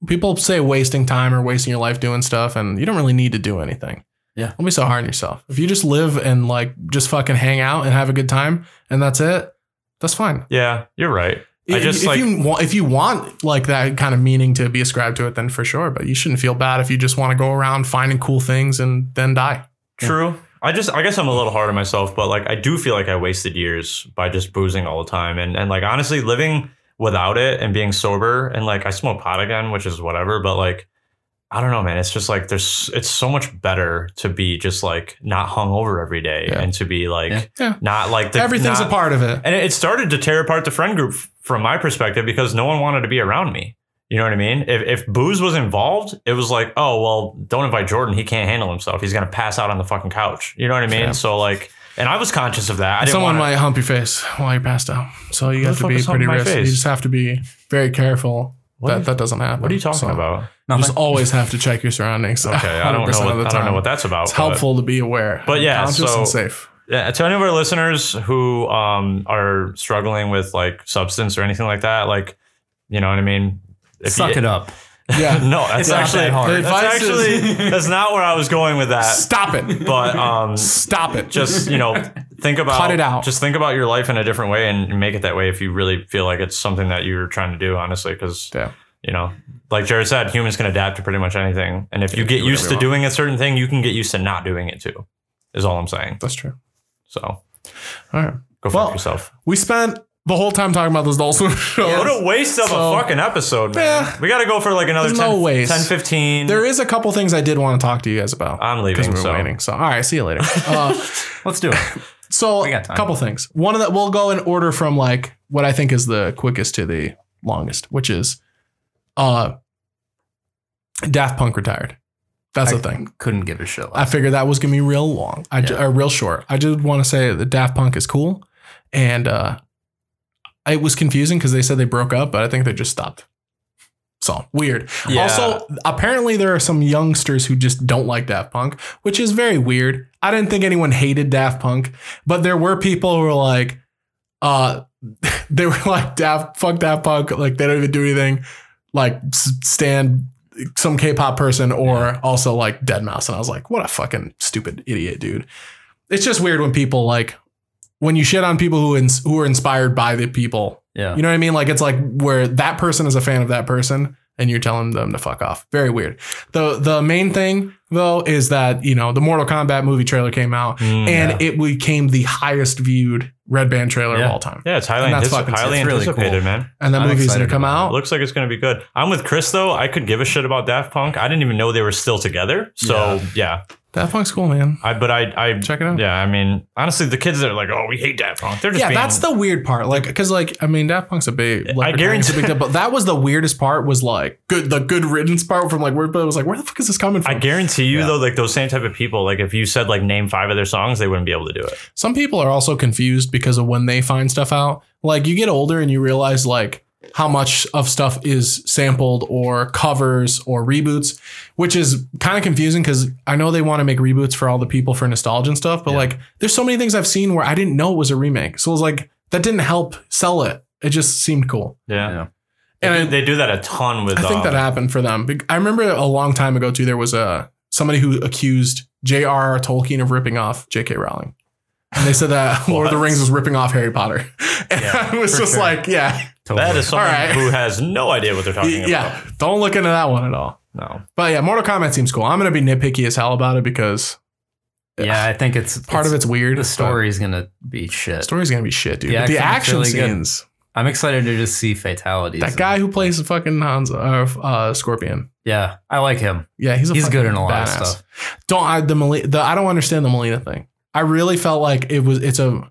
A: People say wasting time or wasting your life doing stuff, and you don't really need to do anything.
C: Yeah.
A: don't be so hard on yourself. If you just live and like just fucking hang out and have a good time, and that's it, that's fine.
B: Yeah, you're right. I
A: If-
B: just
A: if
B: like
A: you want, if you want like that kind of meaning to be ascribed to it, then for sure. But you shouldn't feel bad if you just want to go around finding cool things and then die.
B: true. I just I guess I'm a little hard on myself, but like I do feel like I wasted years by just boozing all the time and and like honestly living without it and being sober and like I smoke pot again, which is whatever, but like I don't know, man. It's just like there's it's so much better to be just like not hungover every day
A: Yeah.
B: and to be like
C: Yeah.
A: Yeah.
B: not like the,
A: Everything's
B: not-
A: a part of it.
B: And it it started to tear apart the friend group f- from my perspective because no one wanted to be around me. You know what I mean? If, if booze was involved, it was like, oh, well, don't invite Jordan. He can't handle himself. He's going to pass out on the fucking couch. You know what I mean?
A: Yeah.
B: So, like, and I was conscious of that. I didn't
A: Someone
B: want
A: might hump your face while you're passed out, so you
B: Who the
A: have to
B: fuck
A: be
B: is
A: pretty
B: humping my
A: risky. You
B: face?
A: just have to be very careful
B: What
A: that
B: are you-
A: that doesn't happen.
B: What are you talking
A: So,
B: about?
A: You just always have to check your surroundings.
B: Okay, I don't
A: 100%
B: know.
A: of the
B: What, I don't know
A: time.
B: what that's about.
A: It's
B: but-
A: helpful to be aware,
B: But
A: and
B: yeah,
A: conscious
B: so-
A: and safe.
B: Yeah, to any of our listeners who um, are struggling with like substance or anything like that, like, you know what I mean? If
C: Suck
B: you,
C: it up.
A: Yeah,
B: No, that's
C: It's not
B: actually
C: that hard.
A: The
B: That's
A: advice is-
B: actually that's not where I was going with that.
A: stop it.
B: But um,
A: Stop it.
B: just you know think about
A: Cut it out.
B: just think about your life in a different way and make it that way if you really feel like it's something that you're trying to do honestly because
A: Yeah.
B: you know like jared said humans can adapt to pretty much anything and if you get used to doing a certain thing you can get used to not doing it too is all i'm saying
A: that's true.
B: so
A: All right,
B: go
A: Well,
B: fuck yourself
A: we spent the whole time talking about this Dulcimer show.
B: what a waste of
A: So-
B: a fucking episode man
A: Yeah.
B: we gotta go for like another
A: There's
B: 10,
A: no waste.
B: 10 15
A: There is a couple things I did want to talk to you guys about.
B: I'm leaving,
A: 'Cause we were
B: so.
A: waiting. So all right, see you later. Uh,
C: Let's do it.
A: so
C: We
A: a
C: got time.
A: couple things. One of that we'll go in order from like what I think is the quickest to the longest, which is uh Daft Punk retired. That's the thing.
C: Couldn't give a shit.
A: I figured that was gonna be real long. I ju-
C: Yeah.
A: or real short. I just want to say that Daft Punk is cool, and uh, it was confusing because they said they broke up, but I think they just stopped. So weird.
B: Yeah.
A: Also, apparently there are some youngsters who just don't like Daft Punk, which is very weird. I didn't think anyone hated Daft Punk, but there were people who were like, uh, they were like Daft fuck Daft Punk, like they don't even do anything, like s- stand some K-pop person or also like Dead Mouse, and I was like, what a fucking stupid idiot, dude. It's just weird when people like when you shit on people who ins- who are inspired by the people.
C: Yeah.
A: You know what I mean? Like it's like where that person is a fan of that person, and you're telling them to fuck off. Very weird. the The main thing though is that you know the Mortal Kombat movie trailer came out
B: Mm,
A: and it became the highest viewed red band trailer
B: Yeah.
A: of all time.
B: Yeah, it's highly,
A: And that's
B: antici-
A: fucking sick.
B: highly
A: It's
C: really
B: anticipated,
C: cool.
B: man.
A: And that
C: I'm
A: movie's gonna
C: excited
A: come
C: about
A: out.
B: It looks like it's going to be good. I'm with Chris though. I could give a shit about Daft Punk. I didn't even know they were still together. So yeah,
A: That funk's cool, man.
B: I but I I
A: Check it out.
B: Yeah, I mean honestly, the kids that are like, oh, we hate Daft Punk. They're just
A: yeah,
B: being,
A: that's the weird part. Like, because like I mean, Daft Punk's a big. like,
B: guarantee-
A: a big deal, but that was the weirdest part. Was like good the good riddance part from like where but it was like where the fuck is this coming
B: I
A: from?
B: guarantee you though, like those same type of people, like if you said like name five of their songs, they wouldn't be able to do it.
A: Some people are also confused because of when they find stuff out. Like you get older and you realize like how much of stuff is sampled or covers or reboots, which is kind of confusing because I know they want to make reboots for all the people for nostalgia and stuff, but like there's so many things I've seen where I didn't know it was a remake. So it was like that didn't help sell it. It just seemed cool.
B: Yeah,
A: And I-
B: and they do that a ton with.
A: I think
B: um,
A: that happened for them. Bec- I remember a long time ago too. There was a somebody who accused J.R.R. Tolkien of ripping off J.K. Rowling, and they said that Lord of the
B: What?
A: Rings was ripping off Harry Potter. And
B: Yeah,
A: I was
B: for
A: just
B: sure.
A: like, yeah,
B: That is someone
A: All right.
B: who has no idea what they're talking
A: yeah. Don't look into that one at all.
B: about.
A: But yeah, Mortal Kombat seems cool. I'm gonna be nitpicky as hell about it because
C: Yeah, I think it's
A: part of it's weird.
C: The
A: but
C: story's gonna be shit.
A: the story's gonna be shit, dude.
C: The
A: But The,
C: action
A: action
C: looks really good.
A: scenes.
C: I'm excited to just see fatalities.
A: That
C: and-
A: guy who plays the fucking Hanzo, uh, uh, Scorpion.
C: Yeah, I like him.
A: Yeah, he's a
C: He's good
A: fucking
C: in a lot
A: badass.
C: of stuff.
A: don't I the, Mel- the I don't understand the Melina thing. I really felt like it was it's a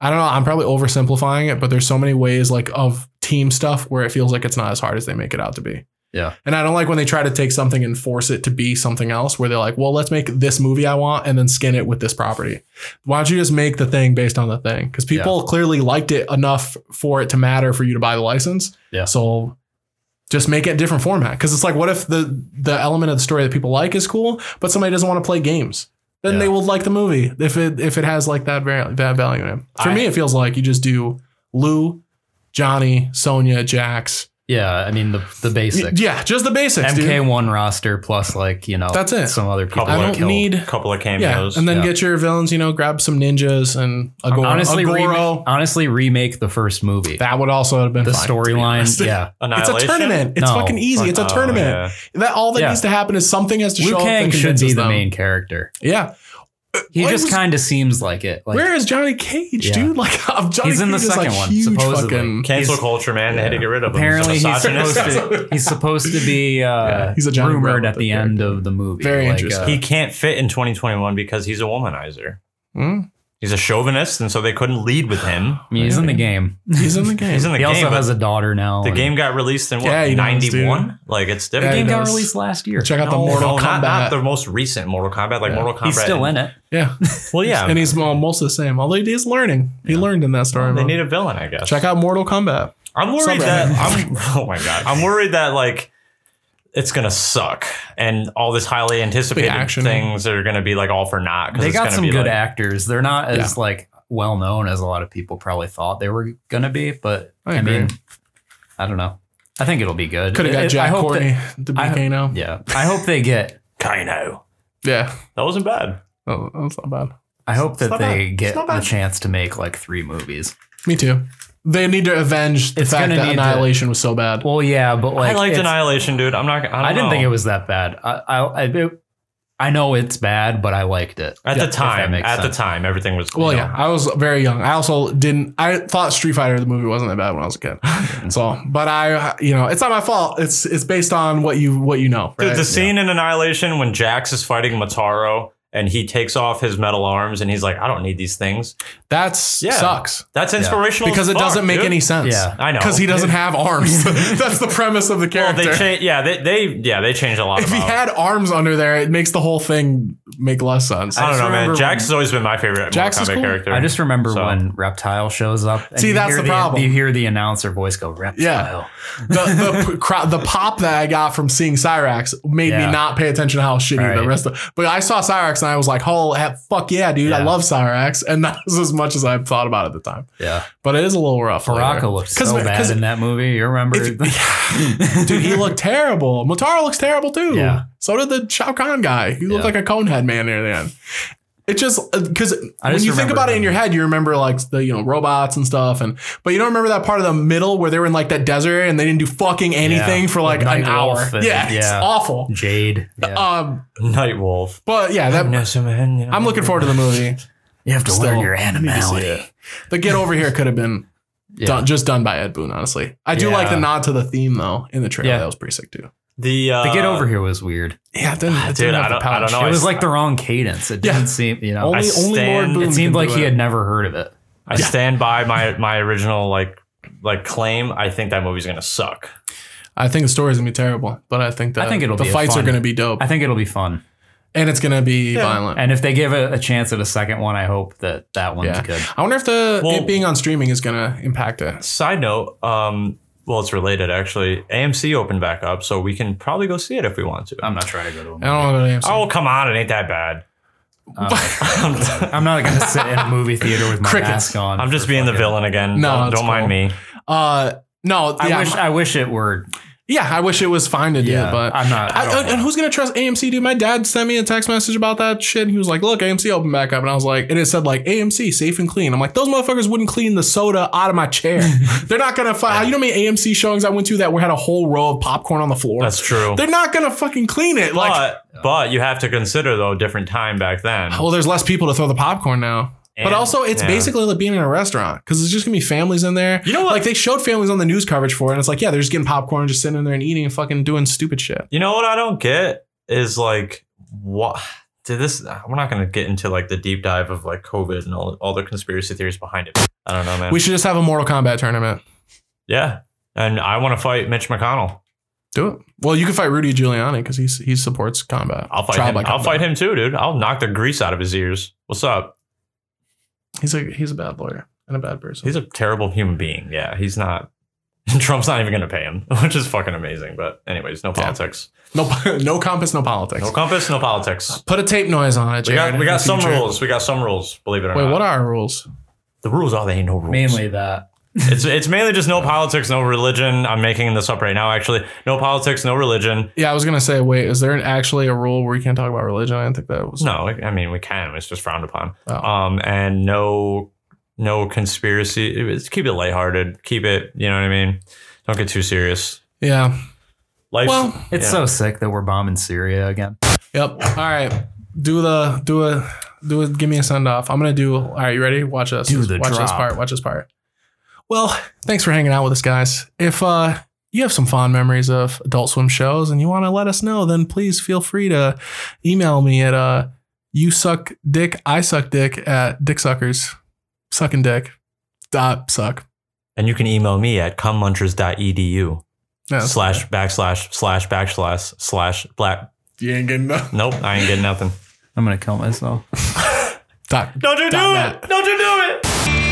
A: I don't know, I'm probably oversimplifying it, but there's so many ways like of team stuff where it feels like it's not as hard as they make it out to be.
C: Yeah.
A: And I don't like when they try to take something and force it to be something else where they're like, well, let's make this movie I want and then skin it with this property. Why don't you just make the thing based on the thing? Because people clearly liked it enough for it to matter for you to buy the license.
C: Yeah.
A: So just make it a different format. Because it's like, what if the the element of the story that people like is cool, but somebody doesn't want to play games? Then
C: Yeah.
A: they will like the movie if it if it has like that very that value in it. For
B: I-
A: me, it feels like you just do Lou, Johnny, Sonia, Jax.
C: Yeah, I mean the the
A: Y-
C: basics.
A: Yeah, just the basics. dude.
C: MK1 roster plus like you know
A: That's it.
C: Some other people.
B: Couple
A: I
C: are
A: don't
C: killed.
A: need.
B: No, a couple of
A: Yeah,
B: cameos.
A: and then
C: yeah.
A: get your villains. You know, grab some ninjas and a Goro.
C: honestly
A: a Goro.
C: remake, honestly remake the first movie.
A: that would also have been
C: the
A: fine, to be honest.
C: storyline, yeah.
A: It's a
B: Annihilation.
A: tournament. It's
C: No.
A: fucking easy. It's a
B: Oh,
A: tournament.
B: yeah.
A: That all that
C: Yeah.
A: needs to happen is something has to
C: Liu
A: show up.
C: Kang
A: that
C: should be
A: convinces
C: the
A: them.
C: main character.
A: Yeah.
C: He
A: Why
C: just
A: was-
C: kind of seems like it. Like,
A: Where is Johnny Cage,
C: Yeah.
A: dude? Like I'm Johnny
C: He's in the
A: Cage is like
C: second one,
A: huge
C: supposedly.
A: fucking.
B: Cancel
C: He's-
B: culture, man. They had to get rid of him.
C: apparently he's supposed
B: misogynist.
C: to he's supposed to be uh,
A: he's a Johnny
C: rumored
A: Bravo
C: at the
A: character.
C: end of the movie.
A: Very
C: Like,
A: interesting.
C: uh,
B: he can't fit in 2021 because he's a womanizer.
A: Hmm?
B: He's a chauvinist, and so they couldn't lead with him.
C: I mean, uh, he's in the game.
A: He's in the game.
B: He's in the
C: he
B: game.
C: also
B: but
C: has a daughter now.
B: the
C: and-
B: game got released in what
A: Yeah, he knows, dude.
B: 91? like it's
A: Yeah,
B: different.
A: he
C: game got
A: does.
C: released last year.
A: Check out the
B: No,
A: Mortal
B: no,
A: Kombat.
B: not, not the most recent Mortal Kombat, like
A: Yeah.
B: Mortal Kombat.
C: He's still in it.
A: yeah,
B: Well, yeah.
A: and he's well, most of the same. Although he is learning. He learned in that story.
B: they
A: mode.
B: need a villain, I guess.
A: Check out Mortal Kombat.
B: I'm
A: Subreddit.
B: worried that I'm. Oh my god, I'm worried that like it's gonna suck, and all this highly anticipated
A: Big action.
B: things are gonna be like all for naught. 'cause
C: They
B: it's
C: got
B: gonna
C: some
B: be,
C: good
B: like,
C: actors. They're not as like well known as a lot of people probably thought they were gonna be, but
A: I
C: I, mean,
A: agree.
C: I don't know. I think it'll be good.
A: Could have
C: It-
A: got
C: it-
A: Jack
C: I hope
A: Courtney
C: that-
A: to be
C: I hope-
A: Kano.
C: yeah, I hope they get.
B: Kino.
A: Yeah.
B: That wasn't bad.
A: Oh, that's not bad.
C: I hope that
B: not
C: they
B: bad.
C: get
B: It's not
C: the
B: bad.
C: chance to make like three movies.
A: Me too. They need to avenge the
C: It's
A: fact
C: gonna
A: that
C: need to-
A: Annihilation was so bad.
C: Well, yeah, but like
B: I liked
C: it's-
B: Annihilation, dude. I'm not. I, don't
C: I didn't
B: know.
C: think it was that bad. I I I, it- I know it's bad, but I liked it.
B: at
C: Yeah,
B: the
C: if that
B: time.
C: makes
B: At the
C: sense.
B: time, everything was.
A: Well,
B: you
A: yeah,
B: know,
A: I was very young. I also didn't. I thought Street Fighter the movie wasn't that bad when I was a kid. so, but I, you know, it's not my fault. It's it's based on what you what you know.
B: Dude,
A: right?
B: the scene in Annihilation when Jax is fighting Mataro and he takes off his metal arms and he's like, "I don't need these things."
A: That's
B: Yeah.
A: sucks
B: That's inspirational
A: because it
B: as fuck,
A: doesn't make
B: dude.
A: any sense.
C: Yeah.
B: I know.
A: because he doesn't have arms. That's the premise of the
B: Well,
A: character.
B: they change. Yeah, they, they yeah they changed a lot.
A: if he
B: about-
A: had arms under there, it makes the whole thing make less sense.
B: I don't know, man.
C: remember
B: Jax has always been my favorite
A: Jax
B: Mortal
A: is
B: Kombat
A: cool.
B: character.
C: I just remember
B: So-
C: when Reptile shows up. and
A: See,
C: you
A: that's
C: hear
A: the problem.
C: You hear the announcer voice go, Reptile.
A: the the, p- cro- the pop that I got from seeing Cyrax made
C: Yeah.
A: me not pay attention to how shitty the
C: Right.
A: rest of. But I saw Cyrax and I was like, "Oh, he- fuck yeah, dude! I
C: Yeah.
A: love Cyrax," and that was as much as I thought about it at the time.
C: Yeah.
A: But it is a little rough. later.
C: Baraka looked so
A: 'Cause-
C: bad
A: 'cause-
C: in that movie. You remember?
A: dude, he looked terrible. Motaro looks terrible too.
C: Yeah.
A: So did the Shao Kahn guy. He looked
C: Yeah.
A: like a conehead man near the end. It just because
C: I
A: when
C: just
A: you think
C: remember
A: about it in
C: them.
A: your head, you remember like the you know robots and stuff, and but you don't remember that part of the middle where they were in like that desert area and they didn't do fucking anything for like
C: Night
A: an hour.
C: Wolf and-
A: yeah, it's
C: yeah.
A: awful.
C: Jade. Yeah.
B: Uh,
A: Um,
B: Night Wolf.
A: but yeah, that I'm looking forward to the movie.
C: you have to
A: still,
C: learn your animality.
A: The Get Over Here could have been
C: Yeah.
A: done, just done by Ed Boon. Honestly, I do like
B: Yeah.
A: the nod to the theme though in the trailer.
C: Yeah.
A: That was pretty sick too.
B: The uh,
C: The Get Over Here was weird.
A: Yeah, it didn't, it
B: Dude,
A: didn't have
B: I
A: the
B: don't- I
A: punch.
B: don't know.
C: It was
B: I-
C: like the wrong cadence. It didn't
A: Yeah.
C: seem, you know,
A: Only,
B: I
A: only Lord
B: stand-
A: Boone
C: it seemed
A: can
C: like
A: do
C: he
A: it.
C: had never heard of it.
B: I stand by my my original like like claim. I think that movie's gonna suck.
A: I think the story's gonna be terrible, but I think that
C: I think it'll
A: the
C: be a
A: fights
C: fun-
A: are gonna be dope,
C: I think it'll be fun.
A: and it's gonna be violent.
C: And if they give it a chance at a second one, I hope that that one's
A: Yeah.
C: good.
A: I wonder if the
B: Well-
A: it being on streaming is gonna impact it.
B: Side note, um, well, it's related actually. AMC opened back up, so we can probably go see it if we want
A: Uh,
B: to.
C: I'm not trying to go to
A: I
C: a movie.
A: don't know about AMC.
B: Oh come on, it ain't that bad.
A: Uh,
C: I'm not going to sit in a movie theater with my
A: Crickets.
C: mask on.
B: I'm just
C: for
B: being the
C: fucking-
B: villain again.
A: No,
B: No, don't,
A: it's
B: don't mind
A: cool.
B: me.
A: Uh, no,
C: I
A: yeah,
C: wish I wish it were.
A: yeah, I wish it was fine to do,
C: Yeah,
A: but
C: I'm not. I
A: I,
C: don't
A: and who's gonna trust AMC, dude? My dad sent me a text message about that shit. And he was like, "Look, AMC opened back up," and I was like, and it said like AMC safe and clean. I'm like, those motherfuckers wouldn't clean the soda out of my chair. They're not gonna fight. You know how many AMC showings I went to that were had a whole row of popcorn on the floor.
B: That's true.
A: They're not gonna fucking clean it. Like,
B: But but you have to consider though different time back then.
A: well, there's less people to throw the popcorn now. but
B: And-
A: also, it's
B: yeah.
A: basically like being in a restaurant because it's just gonna be families in there.
B: You know what?
A: Like they showed families on the news coverage for it, and it's like, yeah, they're just getting popcorn, just sitting in there and eating and fucking doing stupid shit.
B: You know what I don't get is like what did this we're not gonna get into like the deep dive of like COVID and all, all the conspiracy theories behind it. I don't know, man.
A: We should just have a Mortal Kombat tournament.
B: yeah. And I wanna fight Mitch McConnell.
A: Do it. Well, you can fight Rudy Giuliani because he he supports combat.
B: I'll fight
A: Trial
B: him.
A: by
B: I'll
A: combat.
B: fight him too, dude. I'll knock the grease out of his ears. What's up?
A: He's a he's a bad lawyer and a bad person.
B: He's a terrible human being. Yeah, he's not Trump's not even gonna pay him, which is fucking amazing. But anyways, no politics.
A: no po- no compass, no politics.
B: No compass, no politics.
A: Put a tape noise on it.
B: We
A: Jared,
B: got we
A: in
B: got
A: the
B: some
A: future.
B: rules. We got some rules, believe it or
A: Wait,
B: not.
A: what are our rules?
B: the rules are they ain't no rules.
C: mainly that.
B: It's it's mainly just no politics, no religion. I'm making this up right now, actually. No politics, no religion.
A: Yeah, I was gonna say. Wait, is there an, actually a rule where we can't talk about religion? I didn't think that was.
B: No, I mean we can. It's just frowned upon.
A: Oh.
B: Um, and no no conspiracy. It was- keep it lighthearted. Keep it. You know what I mean. Don't get too serious.
A: Yeah.
B: Life's,
A: Well,
C: It's
B: Yeah.
C: so sick that we're bombing Syria again.
A: Yep. All right. Do the do a do a give me a send off. I'm gonna do. All right, you ready? Watch this.
C: Do the
A: Watch this
C: drop.
A: part. Watch this part. Well, thanks for hanging out with us, guys. If uh, you have some fond memories of Adult Swim shows and you want to let us know, then please feel free to email me at uh, you suck dick, I suck dick at dicksuckers, sucking dick dot suck.
B: and you can email me at communchers.edu
A: Yeah, that's-
B: slash backslash slash backslash slash black.
A: you ain't getting no
B: Nope, I ain't getting nothing.
C: I'm gonna kill myself.
A: dot
B: Don't you do
A: Dot net.
B: it! Don't you do it!